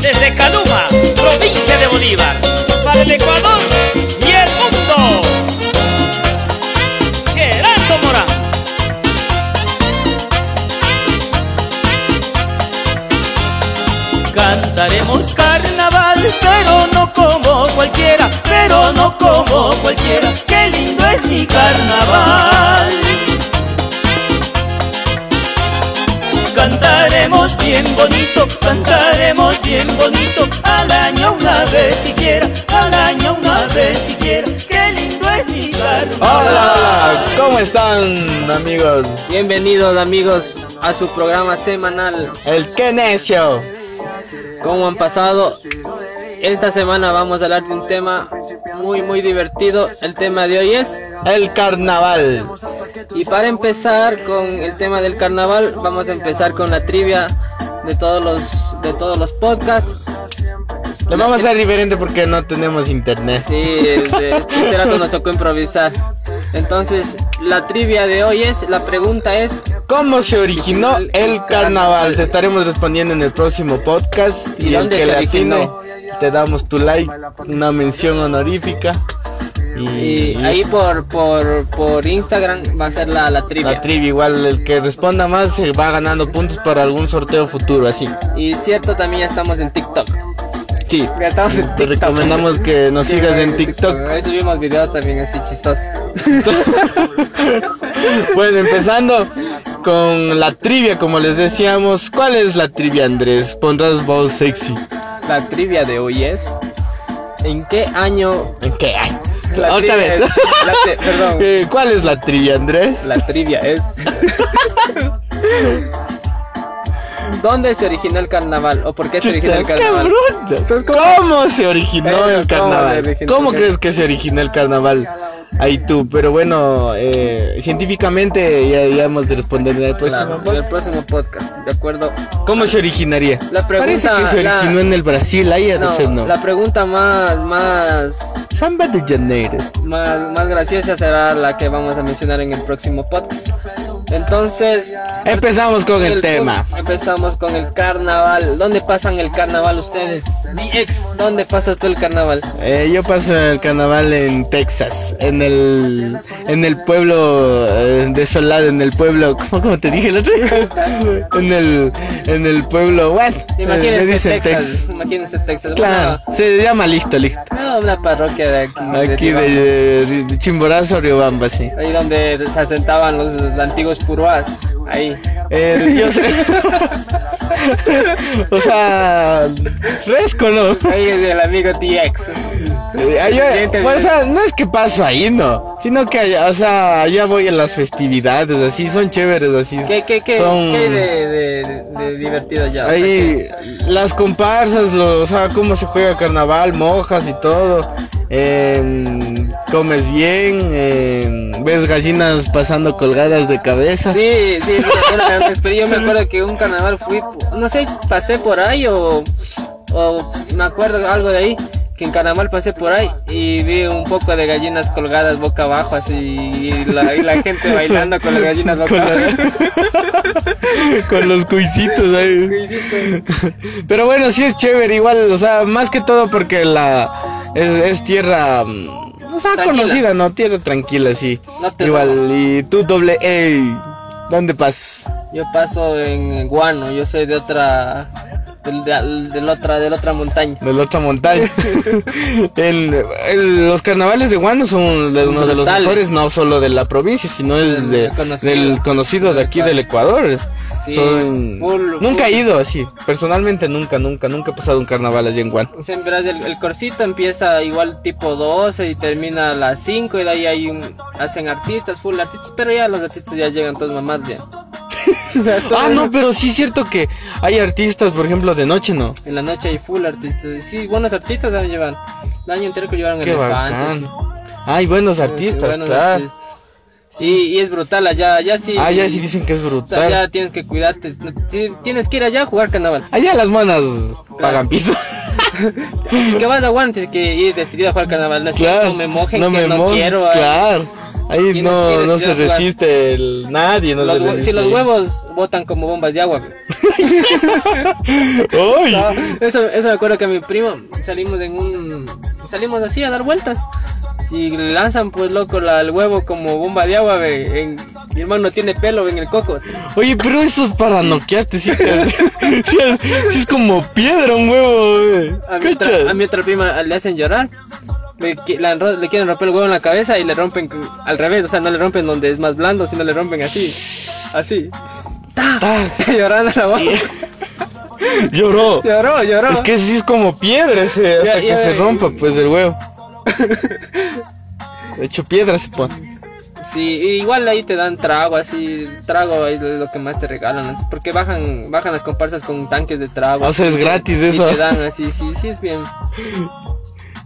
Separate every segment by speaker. Speaker 1: Desde Caluma, provincia de Bolívar, para el Ecuador y el mundo. Gerardo Morán. Cantaremos carnaval, pero no como cualquiera, pero no como cualquiera. Qué lindo es mi carnaval. Cantaremos bien bonito, cantaremos bien bonito, al año una vez siquiera, al año una vez siquiera. Qué lindo es mi carnaval.
Speaker 2: Hola, ¿cómo están amigos?
Speaker 3: Bienvenidos amigos a su programa semanal.
Speaker 2: El que necio.
Speaker 3: ¿Cómo han pasado? Esta semana vamos a hablar de un tema muy muy divertido. El tema de hoy es
Speaker 2: El carnaval.
Speaker 3: y para empezar con el tema del carnaval vamos a empezar con la trivia de todos los de todos los podcasts.
Speaker 2: Lo vamos a hacer diferente porque no tenemos internet.
Speaker 3: Sí, este, este rato nos tocó improvisar. Entonces la trivia de hoy es la pregunta es
Speaker 2: ¿Cómo se originó el carnaval? Te estaremos respondiendo en el próximo podcast.
Speaker 3: ¿Y
Speaker 2: Y el
Speaker 3: dónde
Speaker 2: que
Speaker 3: se
Speaker 2: le
Speaker 3: originó?
Speaker 2: atine, te damos tu like, una mención honorífica. Y,
Speaker 3: y
Speaker 2: y
Speaker 3: ahí por por por Instagram va a ser la la trivia.
Speaker 2: la trivia, igual el que responda más se va ganando puntos para algún sorteo futuro, así.
Speaker 3: Y cierto, también ya estamos en TikTok.
Speaker 2: Sí.
Speaker 3: Ya estamos en
Speaker 2: Te recomendamos que nos sigas en TikTok.
Speaker 3: Ahí subimos videos también así chistosos.
Speaker 2: Bueno, empezando con la trivia, como les decíamos. ¿Cuál es la trivia, Andrés? Pondrás voz sexy.
Speaker 3: La trivia de hoy es: ¿En qué año?
Speaker 2: ¿En qué? Ay,
Speaker 3: La
Speaker 2: Ah, Otra
Speaker 3: trivia
Speaker 2: vez.
Speaker 3: es- la te- perdón.
Speaker 2: Eh, ¿Cuál es la trivia, Andrés?
Speaker 3: La trivia es: ¿Dónde se originó el carnaval? ¿O por qué se originó el
Speaker 2: Chuta,
Speaker 3: carnaval?
Speaker 2: qué bruto. ¿Cómo se originó
Speaker 3: Eh,
Speaker 2: el
Speaker 3: ¿cómo
Speaker 2: carnaval?
Speaker 3: se originó?
Speaker 2: ¿Cómo crees que se originó el carnaval? Ahí tú, pero bueno, eh, científicamente ya, ya hemos de responder en el próximo.
Speaker 3: Claro, Pues en el próximo podcast, ¿de acuerdo?
Speaker 2: ¿Cómo se originaría?
Speaker 3: La
Speaker 2: Parece
Speaker 3: pregunta-
Speaker 2: que se
Speaker 3: la-
Speaker 2: originó en el Brasil, ahí ha de ser,
Speaker 3: No,
Speaker 2: ¿no?
Speaker 3: la pregunta más, más,
Speaker 2: Samba de Janeiro.
Speaker 3: más, más graciosa será la que vamos a mencionar en el próximo podcast. Entonces,
Speaker 2: Empezamos con el,
Speaker 3: el
Speaker 2: tema.
Speaker 3: punto- Empezamos con el carnaval. ¿Dónde pasan el carnaval ustedes? Mi ex, ¿dónde pasas tú el carnaval?
Speaker 2: Eh, yo paso el carnaval en Texas, en el en el pueblo eh, desolado, en el pueblo, ¿cómo, cómo te dije el otro día? En el en el pueblo, bueno, eh, le
Speaker 3: Imagínense
Speaker 2: dicen
Speaker 3: Texas,
Speaker 2: Texas.
Speaker 3: Imagínense Texas.
Speaker 2: Claro, se llama listo, listo.
Speaker 3: Una, no, una parroquia de aquí. Ah, de
Speaker 2: Aquí de,
Speaker 3: Tibamba,
Speaker 2: de- de Chimborazo, Riobamba, sí.
Speaker 3: Ahí donde se asentaban los, los antiguos puruás. Ahí.
Speaker 2: Eh, yo sé. o sea, fresco, ¿no?
Speaker 3: Ahí es el amigo TX.
Speaker 2: Eh, allá-
Speaker 3: Siguiente,
Speaker 2: bueno, o sea, no es que paso ahí, no, sino que allá, o sea, allá voy a las festividades, así, son chéveres, así.
Speaker 3: ¿Qué, qué, qué,
Speaker 2: Son-
Speaker 3: qué de, de- de divertido ya?
Speaker 2: Ahí las comparsas, lo, o sea, cómo se juega carnaval, mojas y todo. em, comes bien, em, ves gallinas pasando colgadas de cabeza.
Speaker 3: Sí, sí, sí, me acuerdo, me- me- pero yo me acuerdo que un carnaval fui, no sé, pasé por ahí o, o me acuerdo algo de ahí, que en carnaval pasé por ahí y vi un poco de gallinas colgadas boca abajo así y la, y la gente bailando con las gallinas boca
Speaker 2: Con, la-
Speaker 3: abajo.
Speaker 2: con los cuisitos ahí.
Speaker 3: ¿Qué hiciste?
Speaker 2: Pero bueno, sí es chévere, igual, o sea, más que todo porque la es, es tierra, mm, o sea,
Speaker 3: Tranquila.
Speaker 2: conocida, ¿no? Tierra tranquila, sí.
Speaker 3: No te
Speaker 2: igual, y tú doble A, ¿dónde pasas?
Speaker 3: Yo paso en Guano, yo soy de otra, del- de, de la otra, de la otra montaña.
Speaker 2: De la otra montaña. El- el- los carnavales de Guano son de uno de los
Speaker 3: Brutales.
Speaker 2: mejores, no solo de la provincia, sino es de-
Speaker 3: Del conocido.
Speaker 2: del conocido de aquí del Ecuador.
Speaker 3: Sí,
Speaker 2: Son-
Speaker 3: full,
Speaker 2: nunca
Speaker 3: full.
Speaker 2: he ido así, personalmente nunca, nunca, nunca he pasado un carnaval allí en Guano.
Speaker 3: O sea, verás, el, el corsito empieza igual tipo 12 y termina a las 5 y de ahí hay un, hacen artistas, full artistas, pero ya los artistas ya llegan todos mamás ya.
Speaker 2: Ah, no, pero sí es cierto que hay artistas, por ejemplo, de noche, ¿no?
Speaker 3: En la noche hay full artistas. y Sí, buenos artistas también llevan. El año entero que llevaron
Speaker 2: Qué
Speaker 3: elefantes.
Speaker 2: bacán. Hay buenos artistas,
Speaker 3: buenos
Speaker 2: claro.
Speaker 3: artistas. Sí, y es brutal allá, allá sí.
Speaker 2: Ah, ya sí dicen que es brutal.
Speaker 3: Allá tienes que cuidarte. sí, Tienes que ir allá a jugar carnaval.
Speaker 2: Allá las monas pagan piso.
Speaker 3: Si es que vas a Guano, tienes que ir decidido a jugar carnaval. No, es que
Speaker 2: claro.
Speaker 3: no me mojen,
Speaker 2: no
Speaker 3: que
Speaker 2: me
Speaker 3: no
Speaker 2: mojes,
Speaker 3: quiero. ah.
Speaker 2: Claro. Ahí
Speaker 3: ¿Quién-
Speaker 2: no,
Speaker 3: quién
Speaker 2: no se
Speaker 3: decidió jugar?
Speaker 2: resiste el, nadie. No
Speaker 3: Los
Speaker 2: se
Speaker 3: hue-
Speaker 2: resiste.
Speaker 3: si los huevos botan como bombas de agua. güey.
Speaker 2: ¡Ay!
Speaker 3: No, eso, eso me acuerdo que mi primo salimos en un salimos así a dar vueltas y lanzan pues loco la- el huevo como bomba de agua ve, en- mi hermano tiene pelo ve, en el coco
Speaker 2: Oye, pero eso es para noquearte, sí. sí, es, sí es como piedra un huevo, güey.
Speaker 3: a mi, otra,
Speaker 2: ¿Cachas?
Speaker 3: a mi otra prima le hacen llorar le, qui- la enro- le quieren romper el huevo en la cabeza y le rompen con- al revés o sea no le rompen donde es más blando sino le rompen así así
Speaker 2: Ta,
Speaker 3: llorando la voz
Speaker 2: Ah, Lloró.
Speaker 3: lloró lloró
Speaker 2: Es que sí es como piedra ese, hasta
Speaker 3: Ya,
Speaker 2: que
Speaker 3: ya,
Speaker 2: se
Speaker 3: ya.
Speaker 2: rompa, pues, el huevo. Hecho piedra se pone.
Speaker 3: Sí, y igual ahí te dan trago, así, trago es lo que más te regalan, así, porque bajan, bajan las comparsas con tanques de trago.
Speaker 2: O sea, es gratis
Speaker 3: Y
Speaker 2: eso.
Speaker 3: te dan así, sí, sí, es bien.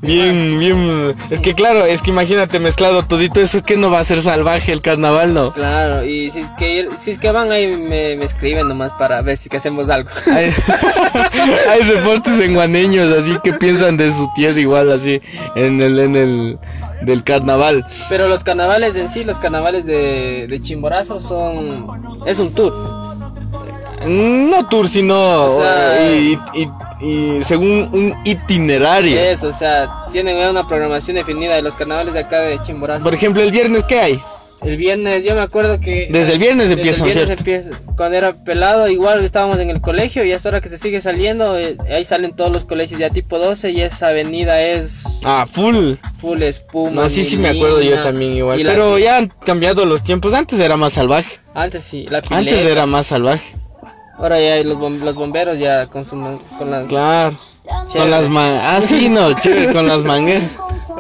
Speaker 2: Bien, bien. Es que claro, es que imagínate mezclado todito eso, que no va a ser salvaje el carnaval, no.
Speaker 3: Claro, y si es que, si es que van ahí me, me escriben nomás para ver si es que hacemos algo.
Speaker 2: Hay, hay reportes en guaneños, así que piensan de su tierra igual, así, en el, en el, del carnaval.
Speaker 3: Pero los carnavales en sí, los carnavales de, de Chimborazo son... es un tour.
Speaker 2: No tour, sino
Speaker 3: O sea,
Speaker 2: eh, y, y- y según un itinerario.
Speaker 3: Es, o sea, tienen una programación definida de los carnavales de acá de Chimborazo.
Speaker 2: Por ejemplo, el viernes, ¿qué hay?
Speaker 3: El viernes, yo me acuerdo que.
Speaker 2: Desde el viernes
Speaker 3: Desde
Speaker 2: empiezan,
Speaker 3: el viernes empieza. Cuando era pelado, igual estábamos en el colegio y hasta ahora que se sigue saliendo, eh, ahí salen todos los colegios ya tipo 12 y esa avenida es
Speaker 2: Ah, full.
Speaker 3: full espuma.
Speaker 2: No, sí, sí me acuerdo yo
Speaker 3: neblina,
Speaker 2: también igual.
Speaker 3: y la-
Speaker 2: Pero ya han cambiado los tiempos. Antes era más salvaje.
Speaker 3: Antes sí, la pileta.
Speaker 2: Antes era más salvaje.
Speaker 3: Ahora ya hay los, bom- los bomberos ya con, su man- con las.
Speaker 2: Claro.
Speaker 3: Chévere.
Speaker 2: Con las mangas. Ah, sí, no, chévere, con las mangueras.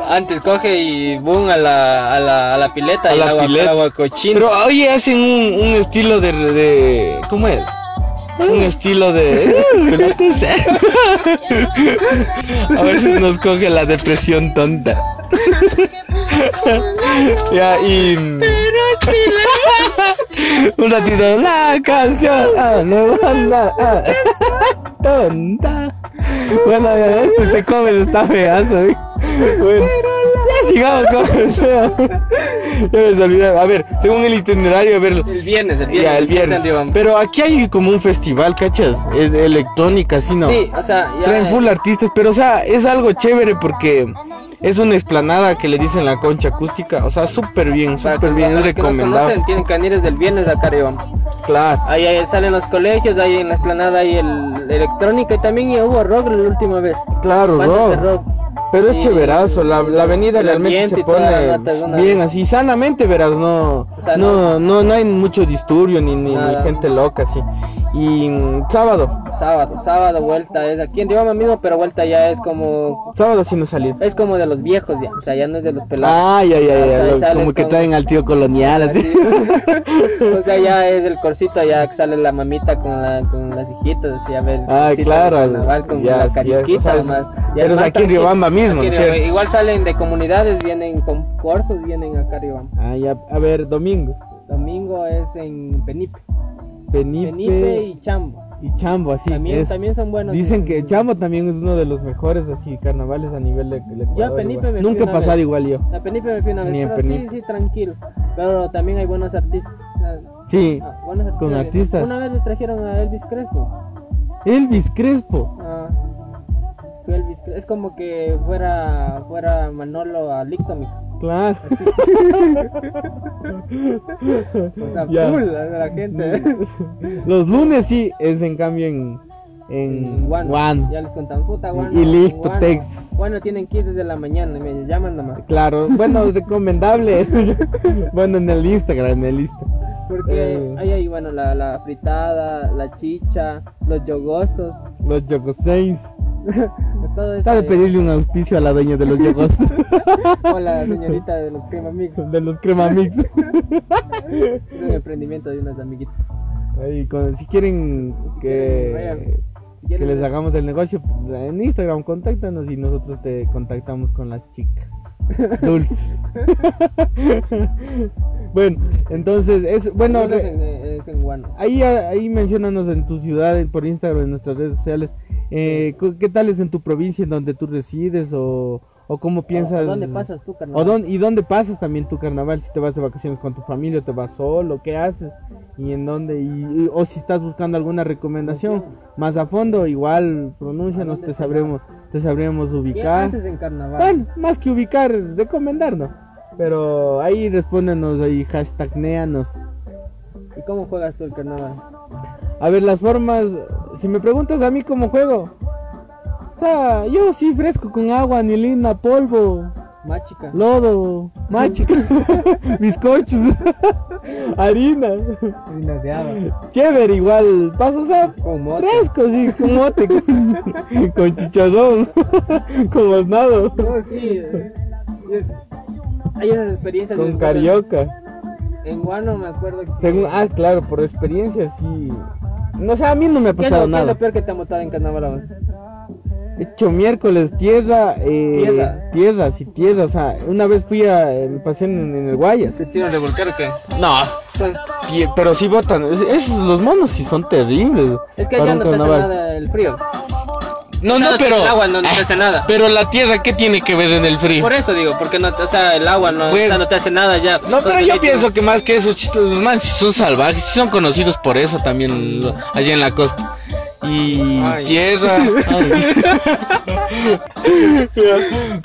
Speaker 3: Antes coge y boom a la, a la, a la pileta
Speaker 2: A
Speaker 3: y
Speaker 2: la
Speaker 3: el agua,
Speaker 2: pileta.
Speaker 3: el agua cochina.
Speaker 2: Pero oye, hacen un, un estilo de, de- ¿Cómo es? Un estilo de. uh, pelotas. A veces nos coge la depresión tonta. Ya, y. Un ratito, la canción, la levanta, ah, tonta. Bueno, ya, este te comes está feazo. ¿eh? Bueno, ya sigamos con el feo. Ya me olvidé. A ver, según el itinerario, a ver.
Speaker 3: el viernes, el viernes.
Speaker 2: Ya, el viernes.
Speaker 3: en Río Bamba.
Speaker 2: Pero aquí hay como un festival, ¿cachas? Es de electrónica, así no.
Speaker 3: Sí, o sea, ya.
Speaker 2: Traen full artistas, pero o sea, es algo chévere porque es una explanada que le dicen la concha acústica. O sea, súper bien,
Speaker 3: para-
Speaker 2: súper Ah, pues bien, es
Speaker 3: para los que no
Speaker 2: recomendado.
Speaker 3: conocen, tienen que venir desde el viernes a Caribamba.
Speaker 2: Claro.
Speaker 3: Ahí, ahí salen los colegios, ahí en la esplanada hay el la electrónica y también ya hubo rock la última vez.
Speaker 2: Claro,
Speaker 3: Bandas de
Speaker 2: rock. Pero es
Speaker 3: Y-
Speaker 2: chéverazo, la, la avenida
Speaker 3: el
Speaker 2: realmente
Speaker 3: ambiente
Speaker 2: se
Speaker 3: y todas las notas de
Speaker 2: pone
Speaker 3: una
Speaker 2: bien
Speaker 3: vez.
Speaker 2: así, sanamente verás, no,
Speaker 3: O sea,
Speaker 2: no, no, no hay mucho disturbio ni, ni, ni
Speaker 3: Nada.
Speaker 2: gente loca así. Y mm, sábado,
Speaker 3: Sábado, sábado, vuelta es aquí en Dioma mismo, pero vuelta ya es como
Speaker 2: sábado sí no salir.
Speaker 3: es como de los viejos ya, o sea, ya no es de los pelados.
Speaker 2: Ay, ay, ay,
Speaker 3: Hasta
Speaker 2: ay,
Speaker 3: ahí
Speaker 2: lo-
Speaker 3: sale
Speaker 2: como que
Speaker 3: todo.
Speaker 2: traen al tío colonial así.
Speaker 3: Así. o sea, ya es el corcito, ya que sale la mamita con, la, con las hijitas, así a ver. el
Speaker 2: Ah,
Speaker 3: corcito
Speaker 2: claro,
Speaker 3: del carnaval con
Speaker 2: ya,
Speaker 3: la
Speaker 2: cierto,
Speaker 3: cariquita
Speaker 2: sabes.
Speaker 3: más.
Speaker 2: Pero es aquí en Riobamba mismo, ¿no es cierto?
Speaker 3: Igual salen de comunidades, vienen con corsos, vienen acá a Riobamba.
Speaker 2: Ah, ya, a ver, domingo.
Speaker 3: Domingo es en Penipe.
Speaker 2: Penipe,
Speaker 3: Penipe y Chambo.
Speaker 2: y Chambo, así.
Speaker 3: también,
Speaker 2: es.
Speaker 3: también son buenos.
Speaker 2: Dicen
Speaker 3: sí.
Speaker 2: que Chambo también es uno de los mejores así carnavales a nivel de, del Ecuador,
Speaker 3: Yo a Penipe
Speaker 2: igual.
Speaker 3: me fui
Speaker 2: Nunca he
Speaker 3: una
Speaker 2: pasado
Speaker 3: vez.
Speaker 2: igual yo.
Speaker 3: La Penipe me fui una vez,
Speaker 2: Ni en
Speaker 3: pero
Speaker 2: Penipe.
Speaker 3: sí, sí, tranquilo. Pero también hay buenos artistas. ah,
Speaker 2: Sí,
Speaker 3: ah, buenos artistas.
Speaker 2: Con artistas.
Speaker 3: Una vez les trajeron a Elvis Crespo.
Speaker 2: Elvis Crespo.
Speaker 3: Ah, fue Elvis Crespo. Es como que fuera, fuera Manolo a Lictomy.
Speaker 2: Claro.
Speaker 3: O sea,
Speaker 2: Ya.
Speaker 3: full a la gente. ¿eh?
Speaker 2: Los lunes sí es en cambio en, en
Speaker 3: Guano.
Speaker 2: Guano.
Speaker 3: Ya les contaban, puta, Guano.
Speaker 2: Y listo,
Speaker 3: Guano.
Speaker 2: Texas.
Speaker 3: Guano tienen que ir desde la mañana, me llaman nomás.
Speaker 2: Claro, bueno, recomendable. bueno, en el Instagram, en el Instagram.
Speaker 3: Porque
Speaker 2: Eh.
Speaker 3: ahí hay, bueno, la, la fritada, la chicha, los yogosos,
Speaker 2: Los Yogos 6.
Speaker 3: todo eso.
Speaker 2: Sabe pedirle un auspicio a la dueña de los Yogos.
Speaker 3: Con la señorita de los crema mix,
Speaker 2: de los Crema Mix.
Speaker 3: es un emprendimiento de unas amiguitas.
Speaker 2: Ahí, con- si quieren que,
Speaker 3: Si
Speaker 2: que
Speaker 3: quieren,
Speaker 2: les hagamos el negocio pues, en Instagram, contáctanos y nosotros te contactamos con las chicas dulces. bueno, entonces es bueno.
Speaker 3: uno es
Speaker 2: re-
Speaker 3: en, eh, es en Guano.
Speaker 2: Ahí, ahí mencionanos en tu ciudad, en- por Instagram, en nuestras redes sociales. eh, cu- ¿Qué tal es en tu provincia, en donde tú resides? O,
Speaker 4: ¿O cómo piensas?
Speaker 3: ¿Dónde pasas tú, carnal?
Speaker 4: ¿O dónde, ¿Y dónde pasas también tu carnaval? Si te vas de vacaciones con tu familia, o te vas solo, ¿qué haces? ¿Y en dónde? Y, y- o si estás buscando alguna recomendación más a fondo, igual pronúncianos, te sabremos, te sabremos
Speaker 3: ¿Qué
Speaker 4: ubicar.
Speaker 3: haces en carnaval?
Speaker 4: Bueno, más que ubicar, recomendarnos. Pero ahí respóndenos, ahí hashtagnéanos.
Speaker 3: ¿Y cómo juegas tú el carnaval?
Speaker 4: A ver, las formas, si me preguntas a mí cómo juego. O sea, yo sí fresco con agua, anilina, polvo,
Speaker 3: Machica.
Speaker 4: lodo, machica, bizcochos, harina.
Speaker 3: Harina de haba.
Speaker 4: Chévere igual, paso o sea,
Speaker 3: Con mote.
Speaker 4: fresco, sí, con mote, con, con chicharrón, con hornado,
Speaker 3: No, sí. eh, es- Hay esas experiencias.
Speaker 4: con
Speaker 3: del-
Speaker 4: carioca.
Speaker 3: En Guano me acuerdo que.
Speaker 4: Según, ah, claro, por experiencia sí. No sé, a mí no me ha
Speaker 3: ¿Qué es, lo,
Speaker 4: pasado
Speaker 3: qué es lo
Speaker 4: nada.
Speaker 3: peor que te han botado en carnaval? a vos?
Speaker 4: Hecho miércoles, tierra, eh,
Speaker 3: Tierra.
Speaker 4: tierra, sí, tierra. O sea, una vez fui a, eh, me pasé en, en el Guayas.
Speaker 3: ¿Te tiran de volcar o qué?
Speaker 2: No,
Speaker 3: Pues,
Speaker 2: y- pero sí botan. Es- Esos, los monos sí son terribles.
Speaker 3: es que
Speaker 4: Para
Speaker 3: allá
Speaker 4: un
Speaker 3: no te hace
Speaker 4: carnaval.
Speaker 3: nada el frío.
Speaker 2: No,
Speaker 3: No,
Speaker 2: no,
Speaker 3: no te-
Speaker 2: pero.
Speaker 3: el agua no- no te
Speaker 2: Ah,
Speaker 3: hace nada.
Speaker 2: Pero la tierra, ¿qué tiene que ver en el frío?
Speaker 3: Por eso digo, porque no, te- o sea, el agua no,
Speaker 2: Bueno.
Speaker 3: o sea, no te hace nada ya.
Speaker 2: No, pero yo pienso que más que eso, chis- los manes sí son salvajes, sí son conocidos por eso también lo- allá en la costa. Y
Speaker 3: Ay.
Speaker 2: tierra.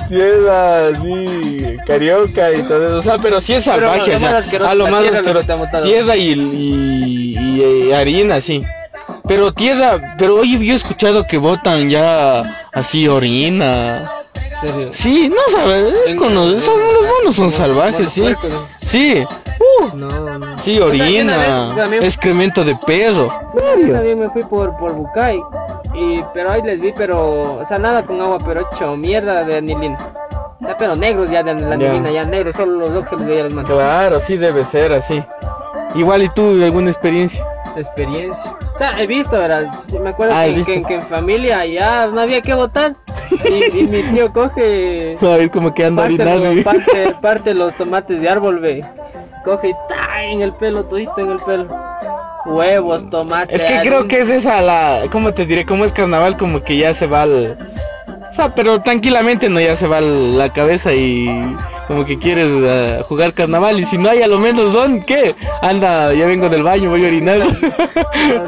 Speaker 2: tierra, sí, carioca y todo eso. O sea, pero sí es
Speaker 3: Pero
Speaker 2: salvaje,
Speaker 3: lo
Speaker 2: o sea,
Speaker 3: más asqueroso
Speaker 2: a lo
Speaker 3: es la
Speaker 2: más
Speaker 3: tierra lo que
Speaker 2: asqueroso.
Speaker 3: te ha botado.
Speaker 2: Tierra y, y- y, eh, harina, sí. Pero tierra, pero oye, yo he escuchado que botan ya así orina.
Speaker 3: En serio.
Speaker 2: Sí, no sabes, es
Speaker 3: En-
Speaker 2: con los, son- los monos son salvajes,
Speaker 3: monos
Speaker 2: sí.
Speaker 3: puercos, ¿no?
Speaker 2: Sí. Uh,
Speaker 3: No, no.
Speaker 2: Sí,
Speaker 3: O sea, yo una
Speaker 2: orina,
Speaker 3: vez también-
Speaker 2: excremento de perro.
Speaker 3: Yo también me fui por, por Bucay. Y, pero ahí les vi, pero. O sea, nada con agua, pero hecho mierda de anilina. O sea, pero negros ya de la anilina, ya negros, solo los dos que les veía las manos.
Speaker 4: Claro, sí debe ser así. Igual y tú, alguna experiencia.
Speaker 3: experiencia. O sea, he visto, ¿verdad? Me acuerdo
Speaker 4: Ah, he
Speaker 3: que,
Speaker 4: visto.
Speaker 3: que- que en familia ya no había que votar. Y, y mi tío coge.
Speaker 4: A ver, como que anda a
Speaker 3: Parte,
Speaker 4: orinar.
Speaker 3: los-
Speaker 4: y-
Speaker 3: parte, parte los tomates de árbol, ve. Coge y ta en el pelo, todito en el pelo. Huevos, tomates.
Speaker 4: Es que creo
Speaker 3: harina.
Speaker 4: que es esa la. ¿Cómo te diré? Como es carnaval, como que ya se va al. O sea, pero tranquilamente no ya se va al- la cabeza y como que quieres eh, jugar carnaval y si no hay a lo menos don, ¿qué? Anda, ya vengo del baño, voy a orinar.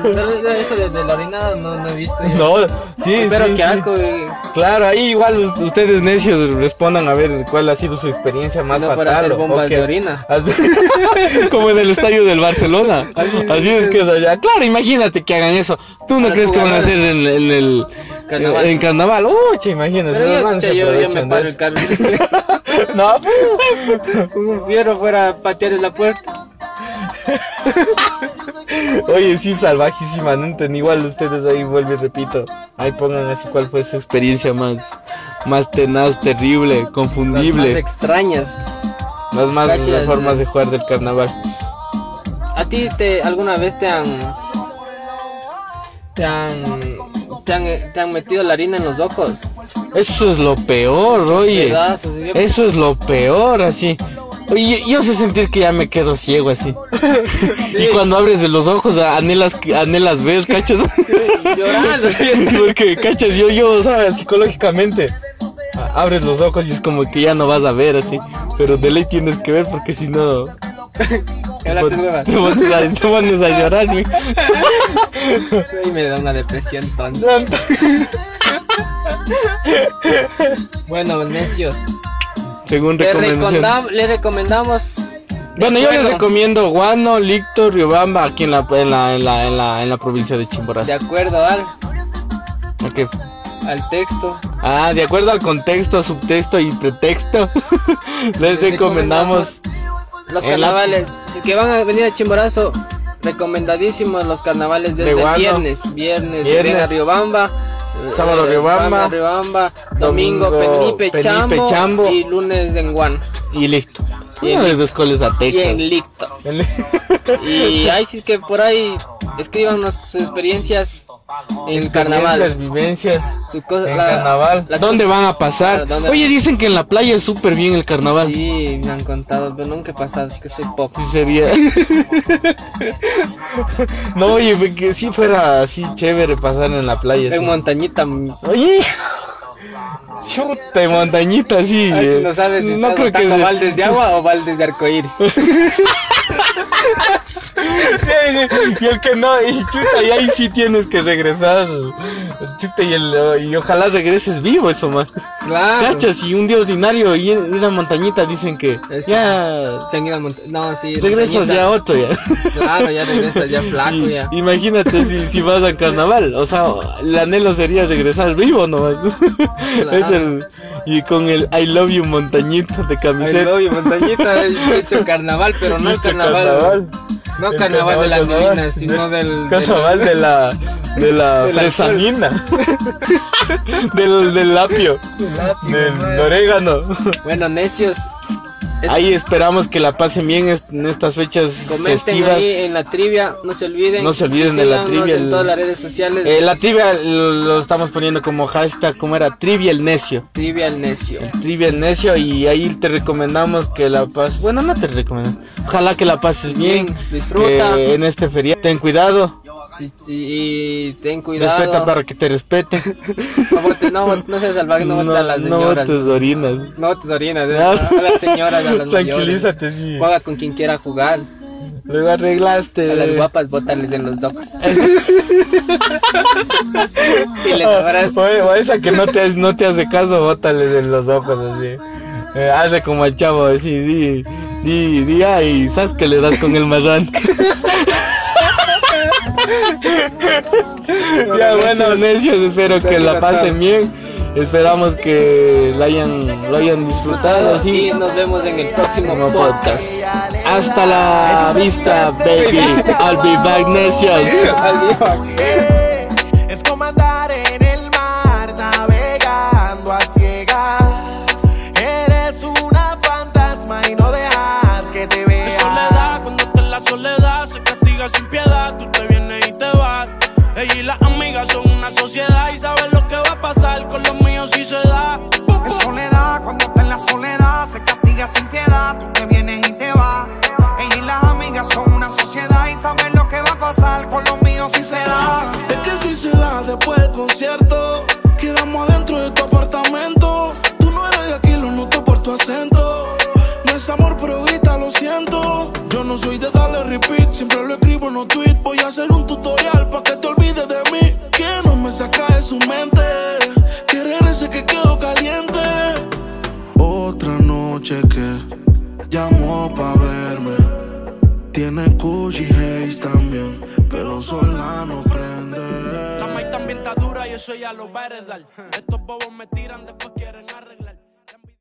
Speaker 3: Pero Eso de, de la orinada no, no he visto.
Speaker 4: no, sí,
Speaker 3: Pero
Speaker 4: sí,
Speaker 3: qué
Speaker 4: sí.
Speaker 3: asco, güey.
Speaker 4: Claro, ahí igual u- ustedes necios respondan a ver cuál ha sido su experiencia más
Speaker 3: no, para
Speaker 4: fatal.
Speaker 3: hacer
Speaker 4: o-
Speaker 3: bombas
Speaker 4: o
Speaker 3: de
Speaker 4: que-
Speaker 3: orina.
Speaker 4: como en el estadio del Barcelona. Así es que es allá. Claro, imagínate que hagan eso. ¿Tú no
Speaker 3: Al
Speaker 4: crees que van a hacer
Speaker 3: jugador.
Speaker 4: en, en el
Speaker 3: Carnaval.
Speaker 4: en carnaval? Uy, che, imagínate.
Speaker 3: Pero
Speaker 4: los
Speaker 3: yo,
Speaker 4: manes
Speaker 3: chucha,
Speaker 4: Pues se
Speaker 3: yo, yo me
Speaker 4: aprovechan
Speaker 3: paro
Speaker 4: de
Speaker 3: el carro.
Speaker 4: eso. No,
Speaker 3: Como un fiero fuera a patear en la puerta.
Speaker 4: Oye, sí, salvajísima, no entiendo. Igual ustedes ahí vuelven, repito. Ahí pongan así cuál fue su experiencia más más tenaz, terrible,
Speaker 3: Las más
Speaker 4: confundible.
Speaker 3: extrañas.
Speaker 4: Las más,
Speaker 3: cachas,
Speaker 4: las formas
Speaker 3: ¿no?
Speaker 4: de jugar del carnaval.
Speaker 3: ¿A ti te, alguna vez te han te han, te han te han metido la harina en los ojos?
Speaker 2: Eso es lo peor, oye.
Speaker 3: Pedazos, y yo-
Speaker 2: Eso es lo peor, así. Oye, yo, yo sé sentir que ya me quedo ciego así. Y cuando abres de los ojos, a- anhelas, que- anhelas ver, cachas.
Speaker 3: Llorando.
Speaker 2: Porque, cachas, yo, yo, o sea, psicológicamente a- abres los ojos y es como que ya no vas a ver así. Pero de ley tienes que ver porque si no,
Speaker 3: Ahora
Speaker 2: te
Speaker 3: te nuevas.
Speaker 2: pones a, te pones a llorar, güey.
Speaker 3: Y me da una depresión tonta. Bueno, necios.
Speaker 2: Según
Speaker 3: Le,
Speaker 2: recomendación.
Speaker 3: recondam- le recomendamos
Speaker 2: Bueno, yo les
Speaker 3: Bueno.
Speaker 2: recomiendo Guano, Lictor, Riobamba, aquí en la, en la, en la, en la, en la provincia de
Speaker 3: de
Speaker 2: Chimborazo.
Speaker 3: acuerdo al,
Speaker 2: Ok.
Speaker 3: al texto.
Speaker 2: Ah, de acuerdo al contexto, subtexto y pretexto, les
Speaker 3: Les
Speaker 2: recomendamos.
Speaker 3: Los
Speaker 2: El la-
Speaker 3: carnavales. Si es que van a venir a Chimborazo, recomendadísimos los carnavales desde
Speaker 2: De Guano.
Speaker 3: viernes.
Speaker 2: Viernes.
Speaker 3: Viernes, viernes. a Riobamba. eh,
Speaker 2: Sábado Riobamba.
Speaker 3: Bamba, Riobamba, Domingo,
Speaker 2: Domingo,
Speaker 3: Penipe,
Speaker 2: Penipe,
Speaker 3: Chambo,
Speaker 2: Chambo.
Speaker 3: Y lunes en Guan.
Speaker 2: Y listo.
Speaker 3: Y
Speaker 2: Uno
Speaker 3: en-
Speaker 2: de los dos coles a
Speaker 3: Y
Speaker 2: Texas.
Speaker 3: en Licto. Y ahí sí que por ahí escríbanos sus experiencias en
Speaker 4: Experiencias,
Speaker 3: carnaval.
Speaker 4: vivencias.
Speaker 3: Su cosa-
Speaker 4: en carnaval.
Speaker 3: la
Speaker 2: ¿Dónde
Speaker 3: cosa-
Speaker 2: van a pasar?
Speaker 3: Claro, ¿dónde-
Speaker 2: Oye, dicen que en la playa es súper bien el carnaval.
Speaker 3: Sí, me han contado, pero nunca he pasado, es que soy pop.
Speaker 2: Sí, sería. no, oye, ve que si fuera así chévere pasar en la playa.
Speaker 3: En
Speaker 2: sí.
Speaker 3: montañita. m-
Speaker 2: Oye, Chuta, y montañita así.
Speaker 3: Ay,
Speaker 2: eh.
Speaker 3: si no sabes si
Speaker 2: no
Speaker 3: estás
Speaker 2: creo que
Speaker 3: botando
Speaker 2: se-
Speaker 3: baldes de agua o baldes de arcoíris.
Speaker 2: Sí, sí, Y el que no, y chuta, y ahí sí tienes que regresar. Chuta, y, el, y ojalá regreses vivo, eso más.
Speaker 3: Claro.
Speaker 2: Cachas, y un día ordinario y en una montañita dicen que
Speaker 3: Este.
Speaker 2: ya
Speaker 3: Se han ido a monta- No, sí.
Speaker 2: regresas
Speaker 3: montañita.
Speaker 2: ya otro ya.
Speaker 3: Claro, ya regresas ya flaco
Speaker 2: Y-
Speaker 3: ya.
Speaker 2: Imagínate si, si vas a carnaval, o sea, el anhelo sería regresar vivo nomás. Es el, y con el I love you montañita de
Speaker 3: Ay,
Speaker 2: camiseta.
Speaker 3: no, y montañita, he hecho carnaval, pero no el
Speaker 2: Mucho
Speaker 3: carnaval. No
Speaker 2: El
Speaker 3: carnaval de las
Speaker 2: carnaval,
Speaker 3: divinas, sino del.
Speaker 2: Carnaval de la de la
Speaker 3: Del
Speaker 2: fresanina. del, del apio,
Speaker 3: del- lápiz,
Speaker 2: del
Speaker 3: ¿no?
Speaker 2: orégano.
Speaker 3: pues. Bueno, necios, Es-
Speaker 2: Ahí esperamos que la pasen bien est- en estas fechas
Speaker 3: comenten
Speaker 2: festivas.
Speaker 3: ahí en la trivia, no se olviden.
Speaker 2: No se olviden de la
Speaker 3: Síganos
Speaker 2: trivia,
Speaker 3: En
Speaker 2: el-
Speaker 3: todas las redes sociales.
Speaker 2: Eh, la trivia lo lo estamos poniendo como hashtag, como era trivia el necio.
Speaker 3: Trivia al necio.
Speaker 2: Trivia el necio y ahí te recomendamos que la pases. Bueno, no te recomendamos. Ojalá que la pases bien.
Speaker 3: Bien, disfruta.
Speaker 2: que en este feriado. Ten cuidado.
Speaker 3: Sí, sí, y ten cuidado.
Speaker 2: Respeta para que te respeten.
Speaker 3: No, bote- no, bote- no seas salvaje, no botes a las
Speaker 2: no
Speaker 3: señoras.
Speaker 2: botes orinas.
Speaker 3: No botes orinas, eh,
Speaker 2: No.
Speaker 3: a las señoras, a las
Speaker 2: Tranquilízate,
Speaker 3: mayores.
Speaker 2: sí.
Speaker 3: Juega con quien quiera jugar.
Speaker 2: Luego arreglaste.
Speaker 3: A las guapas, bótales en los ojos. y les abrazas.
Speaker 2: O, o esa que no te, no te hace caso, bótale de los ojos así. Eh, hazle como al chavo, así, di, di, di, ay, ¿sabes que le das con el marrán? ya, bueno, necios, espero que la pasen bien. Esperamos que la hayan, lo hayan disfrutado, así.
Speaker 3: Y nos vemos en el próximo
Speaker 2: Como
Speaker 3: podcast.
Speaker 2: podcast. Hasta la vista, baby. I'll be back, necios.
Speaker 3: Adiós.
Speaker 5: Eh, Es como andar en el mar navegando a ciegas. Eres una fantasma y no dejas que te
Speaker 6: Es
Speaker 5: vea.
Speaker 6: soledad, cuando está en la soledad se castiga sin piedad. Tú te vienes y te vas. Ella y las amigas son una sociedad y saben lo que va a pasar con los míos si se da.
Speaker 7: Es soledad, cuando está en la soledad, se castiga sin piedad, tú te vienes y te vas. Ella y las amigas son una sociedad y saben lo que va a pasar con los míos si se da.
Speaker 6: Es que si se da después del concierto, quedamos adentro de tu apartamento. Tú no eres de aquí, lo noto por tu acento. No es amor, pero grita, lo siento. Yo no soy de darle repeat, siempre lo escribo en un tweet. Voy a hacer un tutorial pa' que te olvides de mí. Que no me saca de su mente. Querer ese que quedó caliente. Otra noche que llamó pa' verme. Tiene Gucci Haze también, pero sola no prende. La maíz también está dura y eso ya lo va a heredar. Estos bobos me tiran, después quieren arreglar.